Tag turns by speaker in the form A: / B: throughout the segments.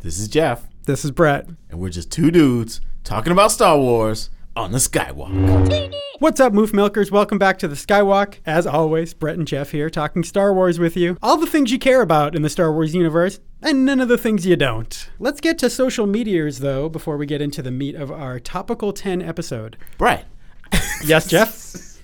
A: This is Jeff,
B: This is Brett.
A: and we're just two dudes talking about Star Wars on the Skywalk.
B: What's up, Moof Milkers? Welcome back to the Skywalk. As always, Brett and Jeff here talking Star Wars with you. All the things you care about in the Star Wars universe, and none of the things you don't. Let's get to social meteors, though, before we get into the meat of our Topical 10 episode.
A: Brett,
B: Yes, Jeff?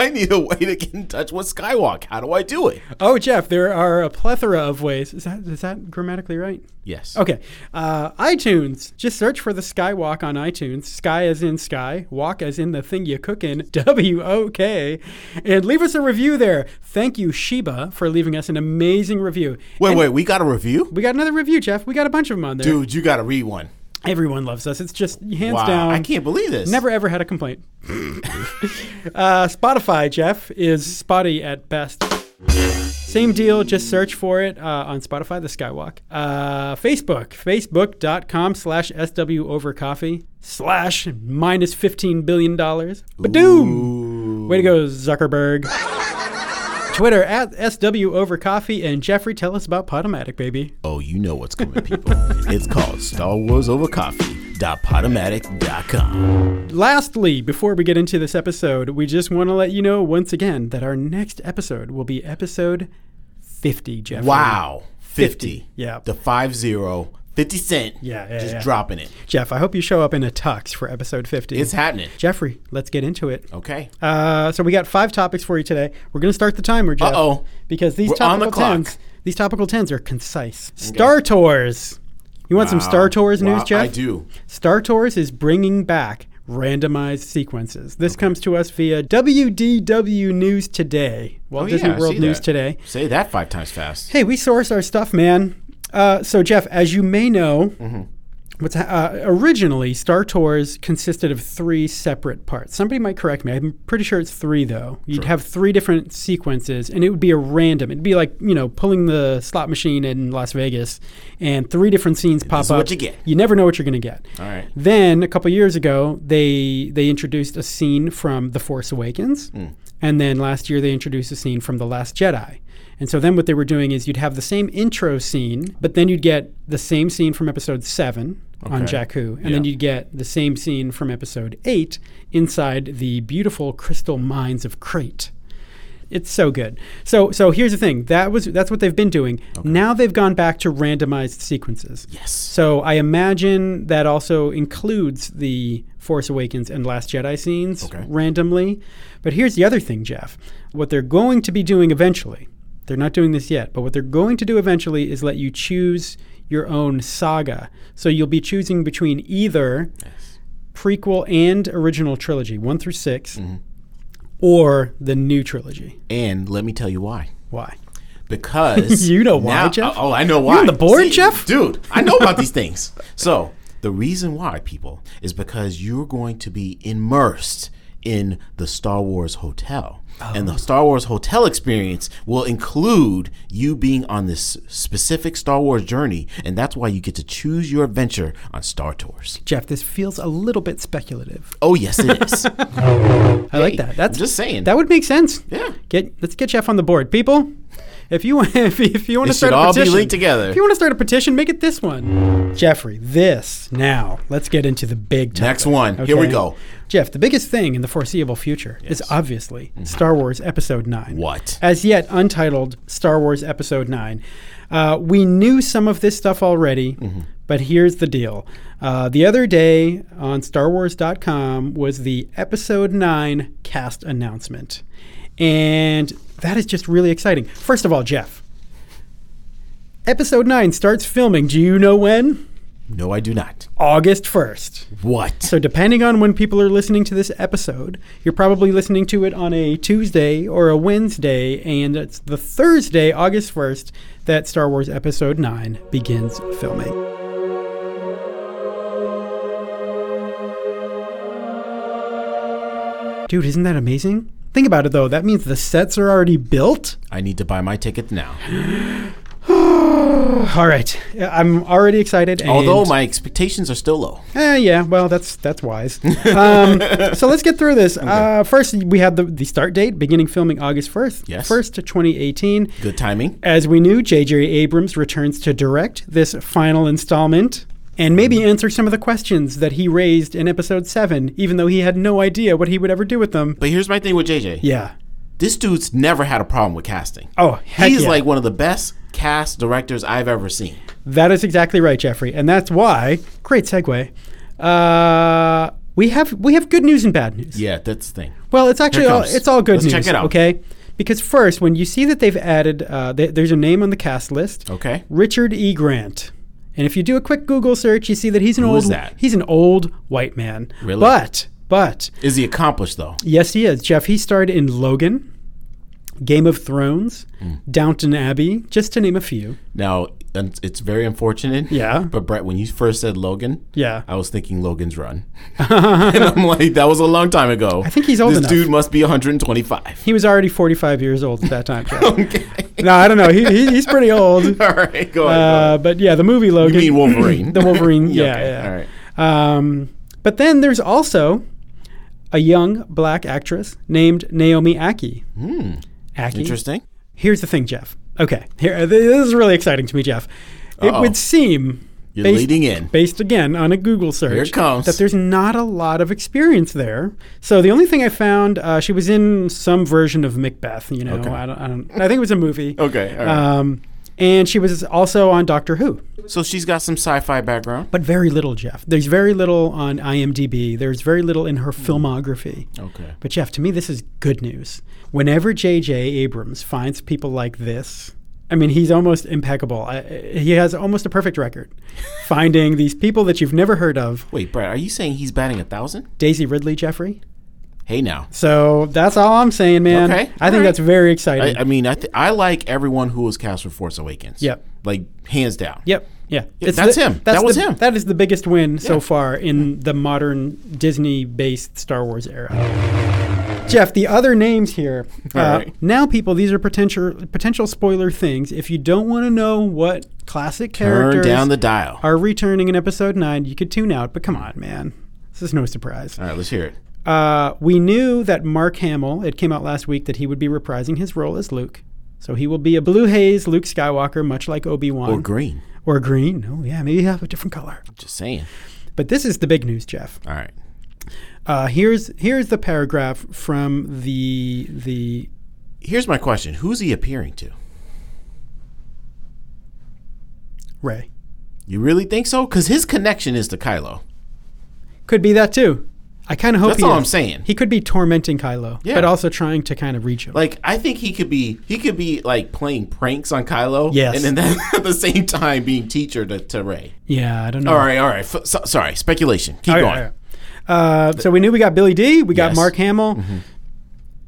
A: I need a way to get in touch with Skywalk. How do I do it?
B: Oh, Jeff, there are a plethora of ways. Is that, is that grammatically right?
A: Yes.
B: Okay. Uh, iTunes. Just search for the Skywalk on iTunes. Sky as in sky, walk as in the thing you cook in, W O K. And leave us a review there. Thank you, Sheba, for leaving us an amazing review.
A: Wait, wait, we got a review?
B: We got another review, Jeff. We got a bunch of them on there.
A: Dude, you got to read one.
B: Everyone loves us. It's just hands
A: Wow.
B: down.
A: I can't believe this.
B: Never ever had a complaint. uh, Spotify, Jeff, is spotty at best. Same deal, just search for it uh, on Spotify, The Skywalk. Uh, Facebook, facebook.com slash SW over coffee slash minus $15 billion. Badoom!
A: Ooh.
B: Way to go, Zuckerberg. Twitter at SW over coffee. And Jeffrey, tell us about Potomatic, baby.
A: Oh, you know what's coming, people. it's called Star Wars Over Coffee.potomatic.com.
B: Lastly, before we get into this episode, we just want to let you know once again that our next episode will be episode 50, Jeff.
A: Wow. 50.
B: Yeah.
A: The 5 0, 50 cent.
B: Yeah, yeah,
A: Just
B: yeah.
A: dropping it.
B: Jeff, I hope you show up in a tux for episode 50.
A: It's happening.
B: Jeffrey, let's get into it.
A: Okay.
B: Uh, so we got five topics for you today. We're going to start the timer, Jeff.
A: Uh-oh.
B: Because these
A: We're on the
B: topical
A: clock.
B: tens, these topical tens are concise. Star Tours. You want some Star Tours news,
A: Wow,
B: Jeff?
A: I do.
B: Star Tours is bringing back randomized sequences. This comes to us via WDW News Today, Walt
A: Oh, yeah,
B: Disney
A: I
B: World
A: see
B: News
A: that.
B: Today.
A: Say that five times fast.
B: Hey, we source our stuff, man. Uh, so, Jeff, as you may know,
A: Mm-hmm.
B: what's ha- uh, originally Star Tours consisted of three separate parts. Somebody might correct me. I'm pretty sure it's three, though. You'd have three different sequences, and it would be a random. It'd be like you know pulling the slot machine in Las Vegas, and three different scenes pop
A: is
B: up.
A: what you get.
B: You never know what you're going to get.
A: All right.
B: Then a couple years ago, they they introduced a scene from The Force Awakens,
A: Hmm.
B: and then last year they introduced a scene from The Last Jedi. And so then what they were doing is you'd have the same intro scene, but then you'd get the same scene from Episode Seven on
A: Okay.
B: Jakku, and then
A: Yeah.
B: you'd get the same scene from Episode Eight inside the beautiful crystal mines of Crate. It's so good. So so here's the thing. That was that's what they've been doing. Now they've gone back to randomized sequences.
A: Yes.
B: So I imagine that also includes the Force Awakens and Last Jedi scenes
A: Okay.
B: randomly. But here's the other thing, Jeff. What they're going to be doing eventually, they're not doing this yet, but what they're going to do eventually is let you choose your own saga. So you'll be choosing between either prequel and original trilogy, one through 6
A: Mm-hmm.
B: or the new trilogy.
A: And let me tell you why.
B: Why?
A: Because
B: You know why,
A: now-
B: Jeff?
A: Oh, I know why.
B: on the board, Jeff?
A: Dude, I know about these things. So the reason why, people, is because you're going to be immersed in the Star Wars hotel. And
B: Oh.
A: the Star Wars hotel experience will include you being on this specific Star Wars journey, and that's why you get to choose your adventure on Star Tours.
B: Jeff, this feels a little bit speculative.
A: Oh yes, it is.
B: I like that. That's
A: just saying.
B: That would make sense.
A: Yeah.
B: Get let's get Jeff on the board, people. If you if, if you want to
A: They should
B: start a
A: all be
B: petition,
A: linked together.
B: If you want to start a petition, make it this one, Jeffrey. This now. Let's get into the big topic.
A: Next one. Here we
B: okay?
A: go.
B: Jeff. The biggest thing in the foreseeable future is obviously Star Wars Episode Nine.
A: Mm-hmm. What?
B: As yet untitled Star Wars Episode Nine. Uh, we knew some of this stuff already.
A: Mm-hmm.
B: But here's the deal. Uh, the other day on StarWars.com was the Episode 9 cast announcement. And that is just really exciting. First of all, Jeff, Episode 9 starts filming. Do you know when?
A: No, I do not.
B: August 1st.
A: What?
B: So, depending on when people are listening to this episode, you're probably listening to it on a Tuesday or a Wednesday, and it's the Thursday, August 1st, that Star Wars Episode 9 begins filming. Dude, isn't that amazing? Think about it though, that means the sets are already built.
A: I need to buy my ticket now.
B: All right, I'm already excited. and-
A: Although my expectations are still low.
B: Eh, yeah, well, that's that's wise. Um, so let's get through this. Uh, first, we had the, the start date, beginning filming August 1st,
A: Yes.
B: 1st, 2018.
A: Good timing.
B: As we knew, J.J. Abrams returns to direct this final installment and maybe
A: Mm-hmm.
B: answer some of the questions that he raised in episode 7, even though he had no idea what he would ever do with them.
A: But here's my thing with JJ.
B: Yeah.
A: This dude's never had a problem with casting.
B: Oh, heck
A: He's
B: yeah.
A: like one of the best cast directors I've ever seen.
B: That is exactly right, Jeffrey, and that's why. Great segue. Uh, we have we have good news and bad news.
A: Yeah, that's the thing.
B: Well, it's actually
A: Here it
B: all,
A: comes.
B: it's all good
A: Let's
B: news.
A: check it out.
B: Okay, because first, when you see that they've added, uh, th- there's a name on the cast list,
A: Okay.
B: Richard E. Grant, and if you do a quick Google search, you see that he's an old
A: is that?
B: he's an old white man.
A: Really?
B: But but
A: Is he accomplished though?
B: yes, he is. Jeff, he starred in Logan, Game of Thrones,
A: Hmm.
B: Downton Abbey, just to name a few.
A: Now un- it's very unfortunate.
B: Yeah.
A: But Oh. Brett, when you first said Logan,
B: Yeah.
A: I was thinking Logan's Run, and I'm like, that was a long time ago. I
B: think he's old
A: This
B: enough.
A: dude must be 125.
B: He was already 45 years old at that time. Jeff.
A: Oh,
B: No, I don't know. He, he, he's pretty old.
A: All right, go ahead.
B: Uh, but yeah, the movie Logan.
A: You mean Wolverine?
B: the Wolverine. Yeah,
A: Okay,
B: yeah.
A: All right.
B: Um, but then there's also a young black actress named Naomi Aki. Aki.
A: Hmm. Interesting.
B: Here's the thing, Jeff. Okay, here uh, this is really exciting to me, Jeff. It
A: Uh-oh.
B: would seem
A: You're
B: based-
A: leading in.
B: based again on a Google search.
A: it comes.
B: That there's not a lot of experience there. So the only thing I found, uh, she was in some version of Macbeth. You know, I don't, I don't. I think it was a movie.
A: Okay. All right.
B: Um, and she was also on Doctor Who,
A: Uh, so she's got some sci-fi background.
B: but very little, Jeff. There's very little on IMDb. There's very little in
A: Hmm.
B: her filmography.
A: Okay.
B: But Jeff, to me, this is good news. Whenever J.J. Abrams finds people like this, I mean, he's almost impeccable. I, he has almost a perfect record finding these people that you've never heard of.
A: Wait, Brett, are you saying he's batting a thousand?
B: Daisy Ridley, Jeffrey.
A: Hey, now.
B: So that's all I'm saying, man.
A: Okay,
B: I think
A: alright.
B: that's very
A: I,
B: exciting.
A: I mean, I th- I like everyone who was cast for Force Awakens.
B: Yep.
A: Like hands down.
B: yep. Yeah.
A: that's
B: the-
A: him. That was
B: the-
A: him.
B: That is the biggest win
A: Yeah.
B: so far in the modern Disney based Star Wars era. Jeff, the other names here. uh,
A: Alright.
B: Now, people, these are potential potential spoiler things. If you don't want to know what classic
A: Turn
B: characters
A: down the dial.
B: are returning in Episode Nine, you could tune out. But come on, man, this is no surprise.
A: All right, let's hear it.
B: Uh, we knew that Mark Hamill, it came out last week that he would be reprising his role as Luke. So he will be a blue haze Luke Skywalker, much like Obi Wan.
A: Or green.
B: Or green. Oh, yeah, maybe he'll have a different color.
A: Just saying.
B: But this is the big news, Jeff.
A: All right.
B: Uh, here's here's the paragraph from the the
A: Here's my question: Who's he appearing to?
B: Ray.
A: You really think so? Because his connection is to Kylo.
B: Could be that too. I kind of hope
A: That's
B: he
A: all
B: is.
A: I'm saying.
B: He could be tormenting Kylo,
A: Yeah.
B: but also trying to kind of reach him.
A: Like I think he could be he could be like playing pranks on Kylo.
B: Yes.
A: And then at the same time being teacher to, to Ray.
B: yeah, I don't know.
A: All right, all right. F- so, sorry, speculation. Keep
B: All
A: going.
B: right, all right. Uh, so we knew we got Billy D. We got
A: Yes. Mm-hmm.
B: Mark Hamill.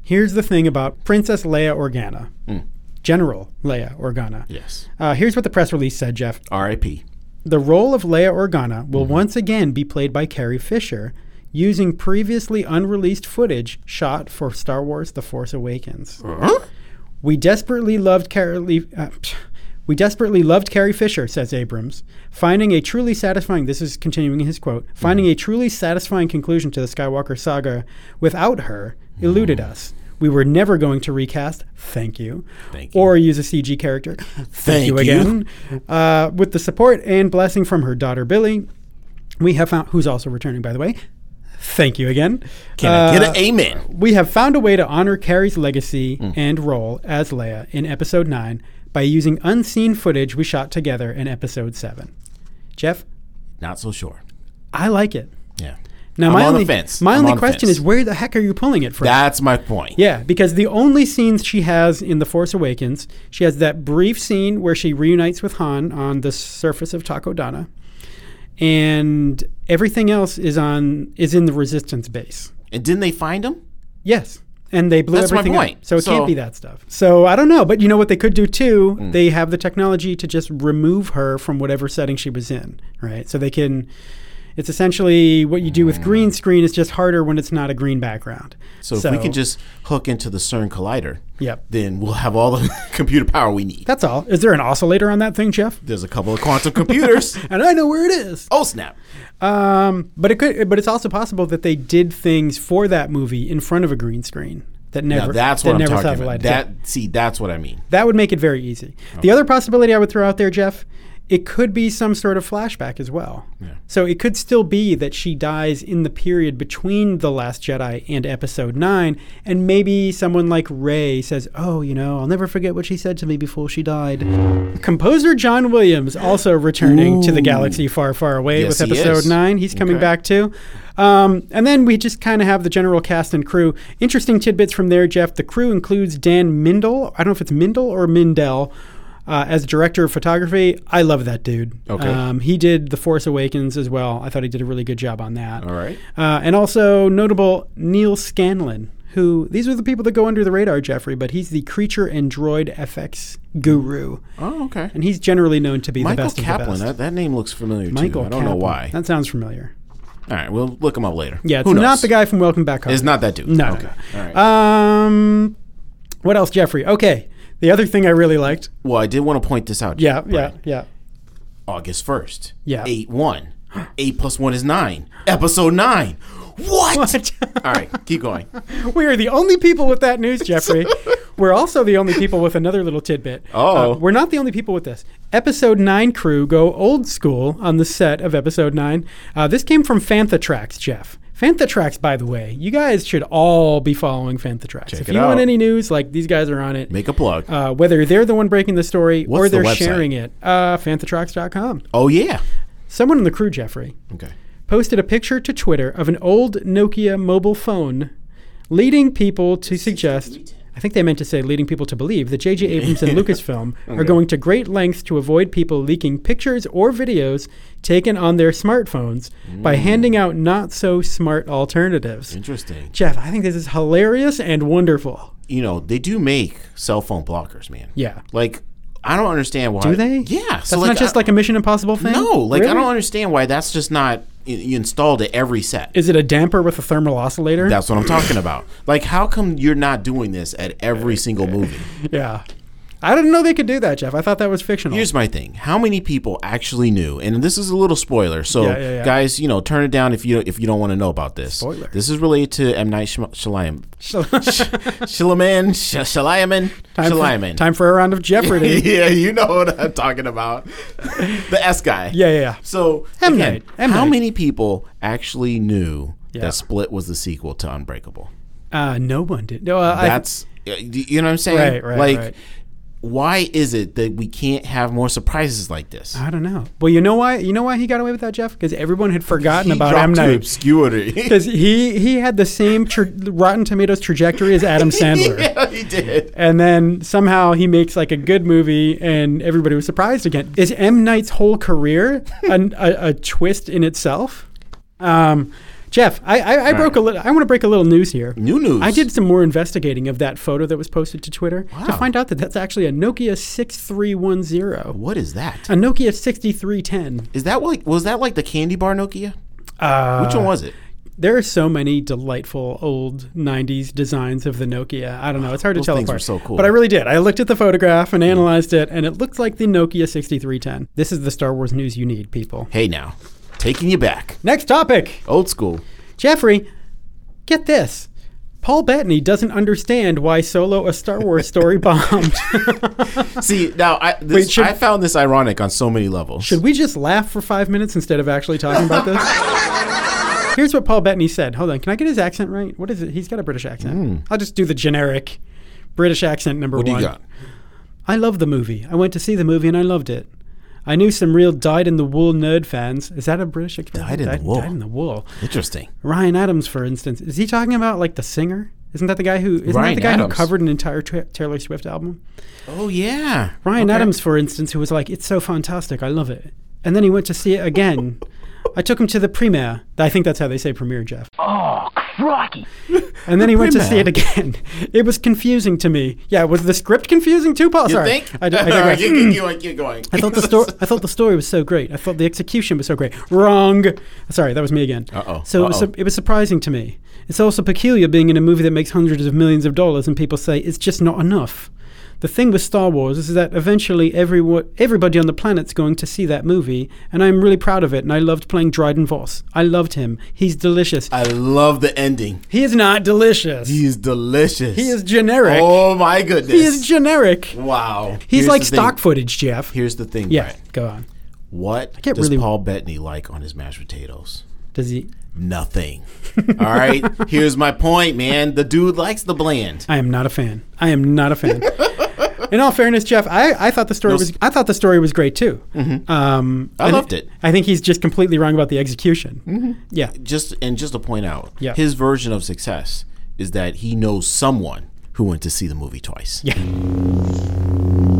B: Here's the thing about Princess Leia Organa,
A: Mm.
B: General Leia Organa.
A: Yes.
B: Uh, here's what the press release said, Jeff.
A: R.I.P.
B: The role of Leia Organa will once again be played by Carrie Fisher, using previously unreleased footage shot for Star Wars: The Force Awakens. We desperately loved Carrie. Uh, psh. we desperately loved Carrie Fisher, says Abrams. Finding a truly satisfying. This is continuing his quote.
A: Mm-hmm.
B: Finding a truly satisfying conclusion to the Skywalker saga without her eluded
A: Mm-hmm.
B: us. We were never going to recast. Thank you.
A: Thank you.
B: Or use a CG character. Thank,
A: you.
B: again. Uh, with the support and blessing from her daughter Billy, we have found who's also returning, by the way. Thank you again.
A: Can I
B: Uh,
A: get an amen?
B: We have found a way to honor Carrie's legacy
A: Mm.
B: and role as Leia in episode 9 by using unseen footage we shot together in episode 7. Jeff,
A: Not so sure.
B: I like it.
A: Yeah.
B: Now,
A: I'm
B: my
A: on the
B: only,
A: fence.
B: My
A: I'm
B: only
A: on the
B: question
A: fence.
B: is where the heck are you pulling it from?
A: That's my point.
B: yeah, because the only scenes she has in The Force Awakens, she has that brief scene where she reunites with Han on the surface of Takodana, and everything else is on is in the Resistance base.
A: And didn't they find him?
B: Yes. And they blew
A: That's my
B: everything up.
A: point.
B: So it can't
A: So- Hmm.
B: be that stuff. So I don't know. But you know what they could do too? They have the technology to just remove her from whatever setting she was in, right? So they can It's essentially what you do with green screen. It's just harder when it's not a green background.
A: Hmm. So, if we can just hook into the CERN collider,
B: Yep.
A: then we'll have all the computer power we need.
B: That's all. Is there an oscillator on that thing, Jeff?
A: There's a couple of quantum computers.
B: And I know where it is.
A: oh snap!
B: Um, but it could. But it's also possible that they did things for that movie in front of a green screen that
A: Now
B: never.
A: that's
B: that
A: what I'm
B: never saw
A: talking
B: the light
A: about.
B: of day.
A: That see, that's what I mean.
B: That would make it very easy. The other possibility I would throw out there, Jeff, it could be some sort of flashback as well. So it could still be that she dies in the period between The Last Jedi and Episode 9, and maybe someone like Rey says, Oh, you know, I'll never forget what she said to me before she died. Composer John Williams also returning to the
A: Ooh.
B: galaxy far, far away
A: Yes,
B: with
A: he
B: Episode
A: is.
B: 9. He's coming
A: Okay.
B: back too. Um, and then we just kind of have the general cast and crew. Interesting tidbits from there, Jeff. The crew includes Dan Mindel. I don't know if it's Mindel or Mindel. Uh, as director of photography, I love that dude.
A: Okay.
B: Um, he did The Force Awakens as well. I thought he did a really good job on that.
A: All right.
B: Uh, and also notable Neil Scanlon, who these are the people that go under the radar, Jeffrey, but he's the creature and droid FX guru.
A: Oh, okay.
B: And he's generally known to be the
A: Michael
B: best of
A: Kaplan.
B: the
A: That,
B: best.
A: that name looks familiar
B: Michael
A: too. I don't know
B: Kaplan.
A: why.
B: That sounds familiar.
A: All right, we'll look him up later.
B: Yeah, it's
A: Who knows?
B: not the guy from Welcome Back Home.
A: It's not that dude.
B: No.
A: Okay.
B: no.
A: All right.
B: Um, what else, Jeffrey? Okay. The other thing I really liked.
A: well, I did want to point this out.
B: Yeah,
A: Brian.
B: yeah, yeah.
A: August 1st.
B: Yeah.
A: 8 1. 8 plus 1 is 9. Episode 9. What? All right, keep going.
B: we are the only people with that news, Jeffrey. we're also the only people with another little tidbit.
A: Oh.
B: Uh, we're not the only people with this. Episode 9 crew go old school on the set of Episode 9. Uh, this came from Fanthatrax, Jeff. Fanthatrax, by the way, you guys should all be following Fanthatrax. if
A: it
B: you
A: out.
B: want any news, like these guys are on it.
A: Make a plug.
B: uh, whether they're the one breaking the story or
A: What's the
B: they're
A: website?
B: sharing it, uh, fanthatrax.com.
A: oh, yeah.
B: Someone in the crew, Jeffrey,
A: Okay.
B: posted a picture to Twitter of an old Nokia mobile phone, leading people to suggest. I think they meant to say leading people to believe that J.J. Abrams and Lucasfilm are going to great lengths to avoid people leaking pictures or videos taken on their smartphones
A: Mm.
B: by handing out not so smart alternatives.
A: Interesting.
B: Jeff, I think this is hilarious and wonderful.
A: You know, they do make cell phone blockers, man.
B: Yeah.
A: Like, I don't understand why.
B: Do they?
A: Yeah. uh,
B: That's not just like a Mission Impossible thing?
A: No, like, I
B: Really?
A: don't understand why that's just not you, you installed at every set.
B: Is it a damper with a thermal oscillator?
A: that's what I'm talking about. Like, how come you're not doing this at every single movie?
B: yeah. I didn't know they could do that, Jeff. I thought that was fictional.
A: Here's my thing: How many people actually knew? And this is a little spoiler, so
B: Yeah, yeah, yeah.
A: guys, you know, turn it down if you if you don't want to know about this.
B: Spoiler.
A: This is related to M Night Shyam- Shyamalan. Shyamalan. Shyamalan.
B: time, for,
A: Shyamalan.
B: time for a round of Jeopardy.
A: yeah, you know what I'm talking about. the S guy.
B: yeah, yeah, yeah.
A: So
B: M.
A: again,
B: Night, M.
A: how
B: Night.
A: many people actually knew
B: Yeah.
A: that Split was the sequel to Unbreakable?
B: Uh, no one did. No, uh, I,
A: That's you know what I'm saying.
B: Right, right,
A: like,
B: right.
A: why is it that we can't have more surprises like this?
B: I don't know. Well, you know why? You know why he got away with that, Jeff? Because everyone had forgotten about
A: dropped
B: M.
A: to
B: Night.
A: obscurity.
B: Because he he had the same tra- Rotten Tomatoes trajectory as Adam Sandler.
A: yeah, he did.
B: And then somehow he makes like a good movie, and everybody was surprised again. Is M Night's whole career an, a, a twist in itself? Um, Jeff, I, I, I broke a little. I want to break a little news here.
A: New news.
B: I did some more investigating of that photo that was posted to Twitter to
A: Wow.
B: find out that that's actually a Nokia 6310.
A: What is that?
B: A Nokia 6310.
A: Is that like was that like the candy bar Nokia?
B: Uh,
A: Which one was it?
B: There are so many delightful old 90s designs of the Nokia. I don't know. It's hard to
A: Those
B: tell
A: things
B: apart.
A: were so cool. Hmm.
B: But I really did. I looked at the photograph and analyzed it, and it looks like the Nokia 6310. This is the Star Wars news you need, people.
A: Hey now, taking you back,
B: Next topic.
A: old school.
B: Jeffrey, get this. Paul Bettany doesn't understand why Solo, a Star Wars story, bombed.
A: See now, I this,
B: Wait, should-
A: I found this ironic on so many levels.
B: Should we just laugh for five minutes instead of actually talking about this? Here's what Paul Bettany said. Hold on, can I get his accent right? What is it? He's got a British accent. I'll just do the generic British accent number
A: Hmm. what do
B: one.
A: you got?
B: I love the movie. I went to see the movie and I loved it. I knew some real dyed in the wool nerd fans. Is that a British expression?
A: Dyed in the wool.
B: Dyed in the wool.
A: Interesting.
B: Ryan Adams, for instance, is he talking about like the singer? Isn't that the guy who? Isn't that
A: Ryan
B: the guy
A: Adams.
B: who covered an entire Ta- Taylor Swift album?
A: Oh yeah,
B: Ryan Adams, for instance, who was like, "It's so fantastic, I love it," and then he went to see it again. I took him to the premiere. I think that's how they say premiere, Jeff.
C: Oh, Rocky.
B: And then he went to
A: Pretty
B: see it again. It was confusing to me. Yeah, was the script confusing too, Paul?
A: You
B: Sorry.
A: think?
B: I, I,
A: All right,
B: digress.
A: you- you- you- keep going.
B: I thought the story. I thought the story was so great. I thought the execution was so great. Wrong. Sorry, that was me again.
A: Uh-oh.
B: So it was,
A: Uh-oh.
B: su- it was surprising to me. It's also peculiar being in a movie that makes hundreds of millions of dollars and people say it's just not enough. The thing with Star Wars is that eventually everyone, everybody on the planet's going to see that movie, and I'm really proud of it. And I loved playing Dryden Voss. I loved him. He's delicious.
A: I love the ending.
B: he is not delicious.
A: He is delicious.
B: He is generic.
A: Oh my goodness.
B: He is generic.
A: wow.
B: He's
A: Here's
B: like
A: the thing-
B: stock footage, Jeff.
A: Here's the thing.
B: yeah,
A: Brian.
B: go on.
A: What
B: can't
A: does
B: really-
A: Paul Bettany like on his mashed potatoes?
B: Does he?
A: Nothing. All right. Here's my point, man. The dude likes the bland.
B: I am not a fan. I am not a fan. In all fairness, Jeff, I, I thought the story
A: No s- Mm-hmm.
B: was I thought the story was great too. Um,
A: I
B: thi-
A: loved it.
B: I think he's just completely wrong about the execution.
A: Mm-hmm.
B: Yeah,
A: Just and just to point out,
B: Yeah.
A: his version of success is that he knows someone who went to see the movie twice.
B: yeah.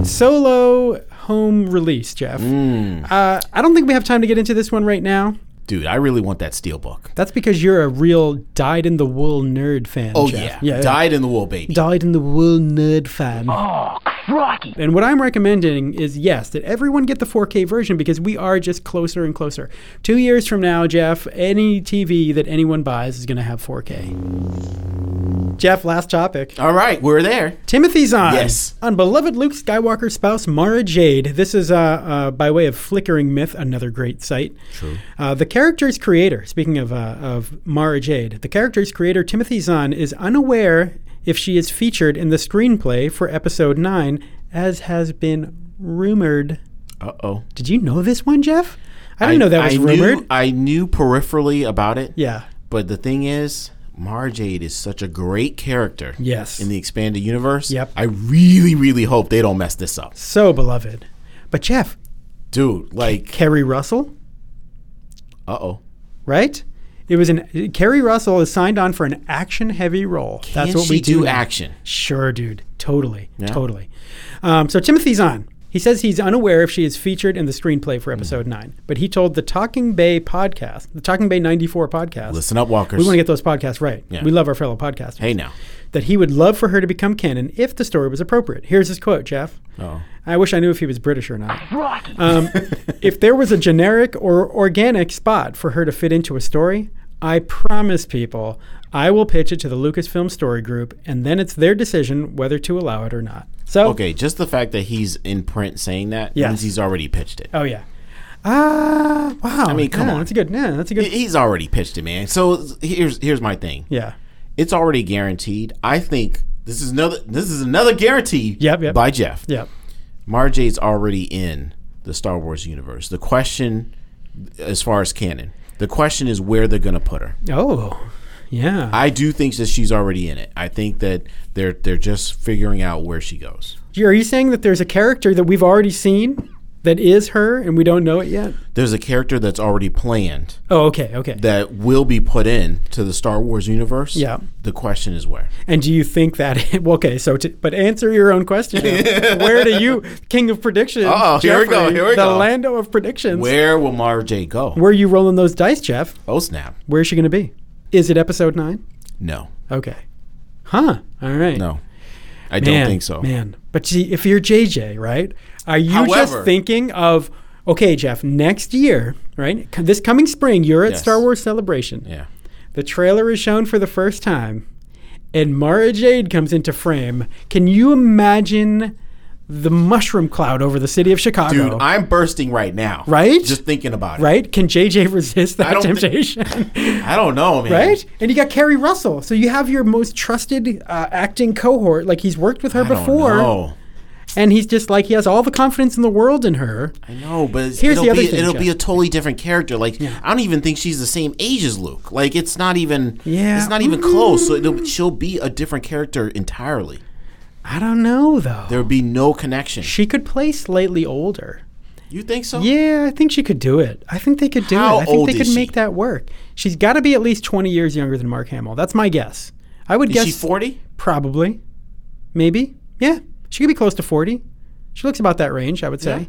B: Solo home release, Jeff.
A: Mm.
B: Uh, I don't think we have time to get into this one right now.
A: Dude, I really want that steel book.
B: That's because you're a real dyed in the wool nerd fan.
A: Oh
B: Jeff.
A: yeah. Died in the wool, baby.
B: dyed in the wool nerd fan.
C: Oh, Rocky.
B: And what I'm recommending is yes, that everyone get the 4K version because we are just closer and closer. Two years from now, Jeff, any TV that anyone buys is going to have 4K. Jeff, last topic.
A: All right, we're there.
B: Timothy's on.
A: Yes.
B: On beloved Luke Skywalker's spouse, Mara Jade. This is uh, uh, by way of Flickering Myth, another great site. True. Uh, the character's creator, speaking of, uh, of Mara Jade, the character's creator, Timothy Zahn, is unaware if she is featured in the screenplay for episode 9, as has been rumored.
A: Uh oh.
B: Did you know this one, Jeff? I didn't know that was
A: I
B: rumored.
A: Knew, I knew peripherally about it.
B: yeah.
A: But the thing is, Mara Jade is such a great character.
B: Yes.
A: In the expanded universe.
B: Yep.
A: I really, really hope they don't mess this up.
B: So beloved. But, Jeff,
A: Dude, like
B: Kerry Russell?
A: uh oh.
B: right? It was an Carrie Russell is signed on for an action-heavy role. That's
A: Can
B: what
A: she
B: we do. now.
A: action.
B: Sure, dude. Totally, totally. Um, so Timothy's on. He says he's unaware if she is featured in the screenplay for episode nine, but he told the Talking Bay podcast, the Talking Bay '94 podcast.
A: Listen up, Walkers.
B: we want to get those podcasts right.
A: Yeah.
B: We love our fellow podcasters.
A: hey now.
B: That he would love for her to become canon if the story was appropriate. Here's his quote, Jeff.
A: Oh.
B: I wish I knew if he was British or not.
C: Rocky.
B: Um, if there was a generic or organic spot for her to fit into a story, I promise people I will pitch it to the Lucasfilm Story Group, and then it's their decision whether to allow it or not. So,
A: Okay, just the fact that he's in print saying that
B: Yes.
A: means he's already pitched it.
B: oh yeah, ah, wow. I
A: mean, come on.
B: that's a good. Yeah, that's a good.
A: He- He's already pitched it, man. So here's here's my thing.
B: yeah,
A: It's already guaranteed. I think this is another this is another guarantee
B: Yep, yep.
A: by Jeff.
B: yeah.
A: Mara Jade's already in the Star Wars universe. The question, as far as canon, the question is where they're going to put her.
B: Oh, yeah.
A: I do think that she's already in it. I think that they're they're just figuring out where she goes.
B: Are you saying that there's a character that we've already seen that is her, and we don't know it yet?
A: There's a character that's already planned
B: Oh, okay, okay.
A: that will be put in to the Star Wars universe.
B: Yeah.
A: The question is where.
B: And do you think that? Well, okay, so to, but answer your own question. Where do you, King of Predictions?
A: Uh-oh, here we go,
B: Jeffrey,
A: here we
B: the
A: go.
B: Lando of Predictions. Where?
A: Where will Mara Jade go?
B: are you rolling those dice, Jeff?
A: oh snap!
B: Where's she going to be? Is it episode nine?
A: No,
B: Okay. Huh. All right.
A: no, I
B: Man,
A: don't think so.
B: Man, but see, if you're JJ, right? Are you
A: However-
B: just thinking of? Okay, Jeff. Next year, right? c- This coming spring, you're at
A: Yes.
B: Star Wars Celebration.
A: Yeah.
B: The trailer is shown for the first time, and Mara Jade comes into frame. Can you imagine the mushroom cloud over the city of Chicago?
A: Dude, I'm bursting right now.
B: Right?
A: Just thinking about it.
B: right? Can JJ resist that
A: don't thi-
B: temptation?
A: I don't know, man.
B: right? And you got Carrie Russell. So you have your most trusted uh, acting cohort. Like he's worked with her
A: I don't
B: before,
A: know.
B: and he's just like he has all the confidence in the world in her.
A: I know, but it's-
B: Here's
A: it'll,
B: the other
A: be,
B: thing,
A: it'll
B: Jeff.
A: be a totally different character. Like I don't even think she's the same age as Luke. Like it's not even
B: Yeah.
A: it's not even close. So it'll, she'll be a different character entirely.
B: I don't know though.
A: There would be no connection.
B: she could play slightly older.
A: You think so?
B: Yeah, I think she could do it. I think they could do
A: How
B: it. I think
A: old
B: they
A: is
B: could make
A: she?
B: that work. She's got to be at least 20 years younger than Mark Hamill. That's my guess. I would
A: Is
B: guess
A: she forty?
B: probably. Maybe. Yeah. She could be close to 40. She looks about that range, I would say.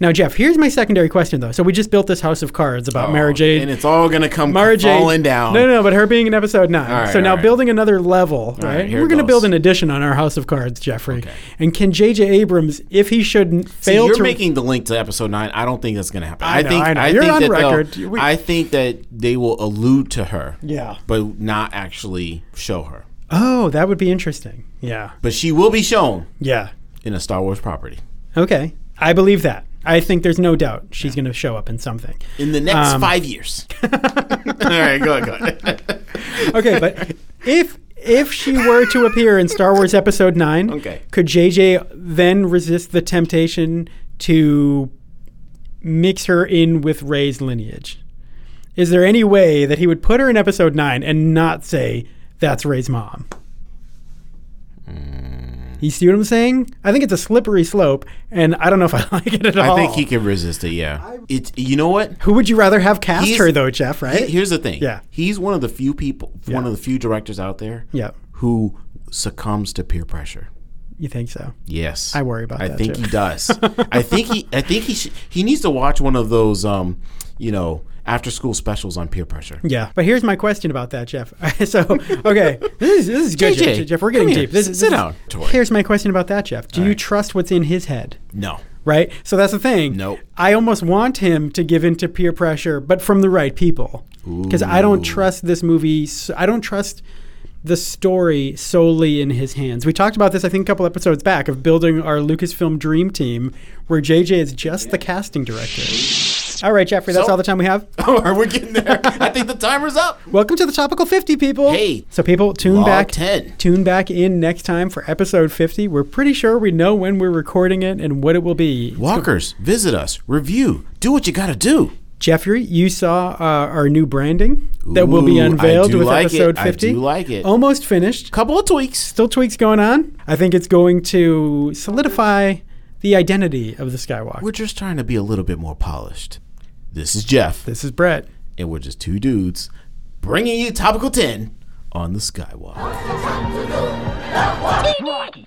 B: Now, Jeff, here's my secondary question, though. So we just built this house of cards about Mara Jade.
A: Oh, and it's all gonna come
B: Mara Jade
A: falling down.
B: No, no, no, but her being in episode nine.
A: right,
B: so now
A: all right.
B: building another level,
A: right,
B: right?
A: here
B: We're
A: it
B: going to
A: goes.
B: build an addition on our House of Cards, Jeffrey. And can J.J. Abrams, if he should n-
A: See,
B: fail
A: you're
B: to
A: making the link to episode nine. I don't think that's going to happen.
B: I
A: I,
B: know,
A: think
B: I know.
A: I
B: You're
A: think
B: on
A: that they'll-
B: record. You- we-
A: I think that they will allude to her,
B: yeah,
A: but not actually show her.
B: oh, that would be interesting. Yeah,
A: But she will be shown
B: yeah.
A: in a Star Wars property
B: Okay, I believe that. I think there's no doubt she's going to show up in something.
A: in the next
B: Um,
A: five years. all right, go ahead. Go ahead.
B: Okay, but if if she were to appear in Star Wars Episode Nine,
A: Okay.
B: could JJ then resist the temptation to mix her in with Ray's lineage? Is there any way that he would put her in Episode Nine and not say that's Ray's mom?
A: Hmm.
B: You see what I'm saying? I think it's a slippery slope, and I don't know if I like it at
A: I
B: all.
A: think he can resist it. Yeah, it's you know what.
B: Who would you rather have cast
A: He's-
B: her though, Jeff? Right?
A: He- Here's the thing.
B: Yeah.
A: he's one of the few people, one
B: Yeah.
A: of the few directors out there,
B: Yeah.
A: who succumbs to peer pressure.
B: you think so?
A: Yes,
B: I worry about
A: I
B: that,
A: think
B: too.
A: he does. I think he. I think he. Sh- he needs to watch one of those, um, you know, after school specials on peer pressure.
B: Yeah, but here's my question about that, Jeff. so, okay, this is, this is good,
A: JJ,
B: Jeff. Jeff. We're getting
A: come here.
B: deep. This,
A: S-
B: is-
A: sit
B: this is-
A: down, Tori.
B: Here's my question about that, Jeff. Do you trust what's in his head?
A: No,
B: Right. So that's the thing.
A: Nope.
B: I almost want him to give in to peer pressure, but from the right people, because I don't trust this movie. s- I don't trust the story solely in his hands. We talked about this, I think, a couple episodes back of building our Lucasfilm dream team, where JJ is just the casting director. All right, Jeffrey. That's
A: So-
B: all the time we have.
A: are we getting there? I think the timer's up.
B: Welcome to the Topical 50, people.
A: Hey.
B: So people, tune
A: Log
B: back
A: 10.
B: tune back in next time for episode 50. We're pretty sure we know when we're recording it and what it will be.
A: Walkers, visit us, review, do what you got to do.
B: Jeffrey, you saw uh, our new branding that will be
A: Ooh, I
B: unveiled
A: do
B: with
A: like it.
B: episode
A: I
B: 50.
A: do like it.
B: Almost finished.
A: Couple of tweaks.
B: Still tweaks going on. I think it's going to solidify the identity of the Skywalker.
A: We're just trying to be a little bit more polished. This is Jeff,
B: this is Brett.
A: and we're just two dudes bringing you Topical 10 on the Skywalk.
C: Rocky.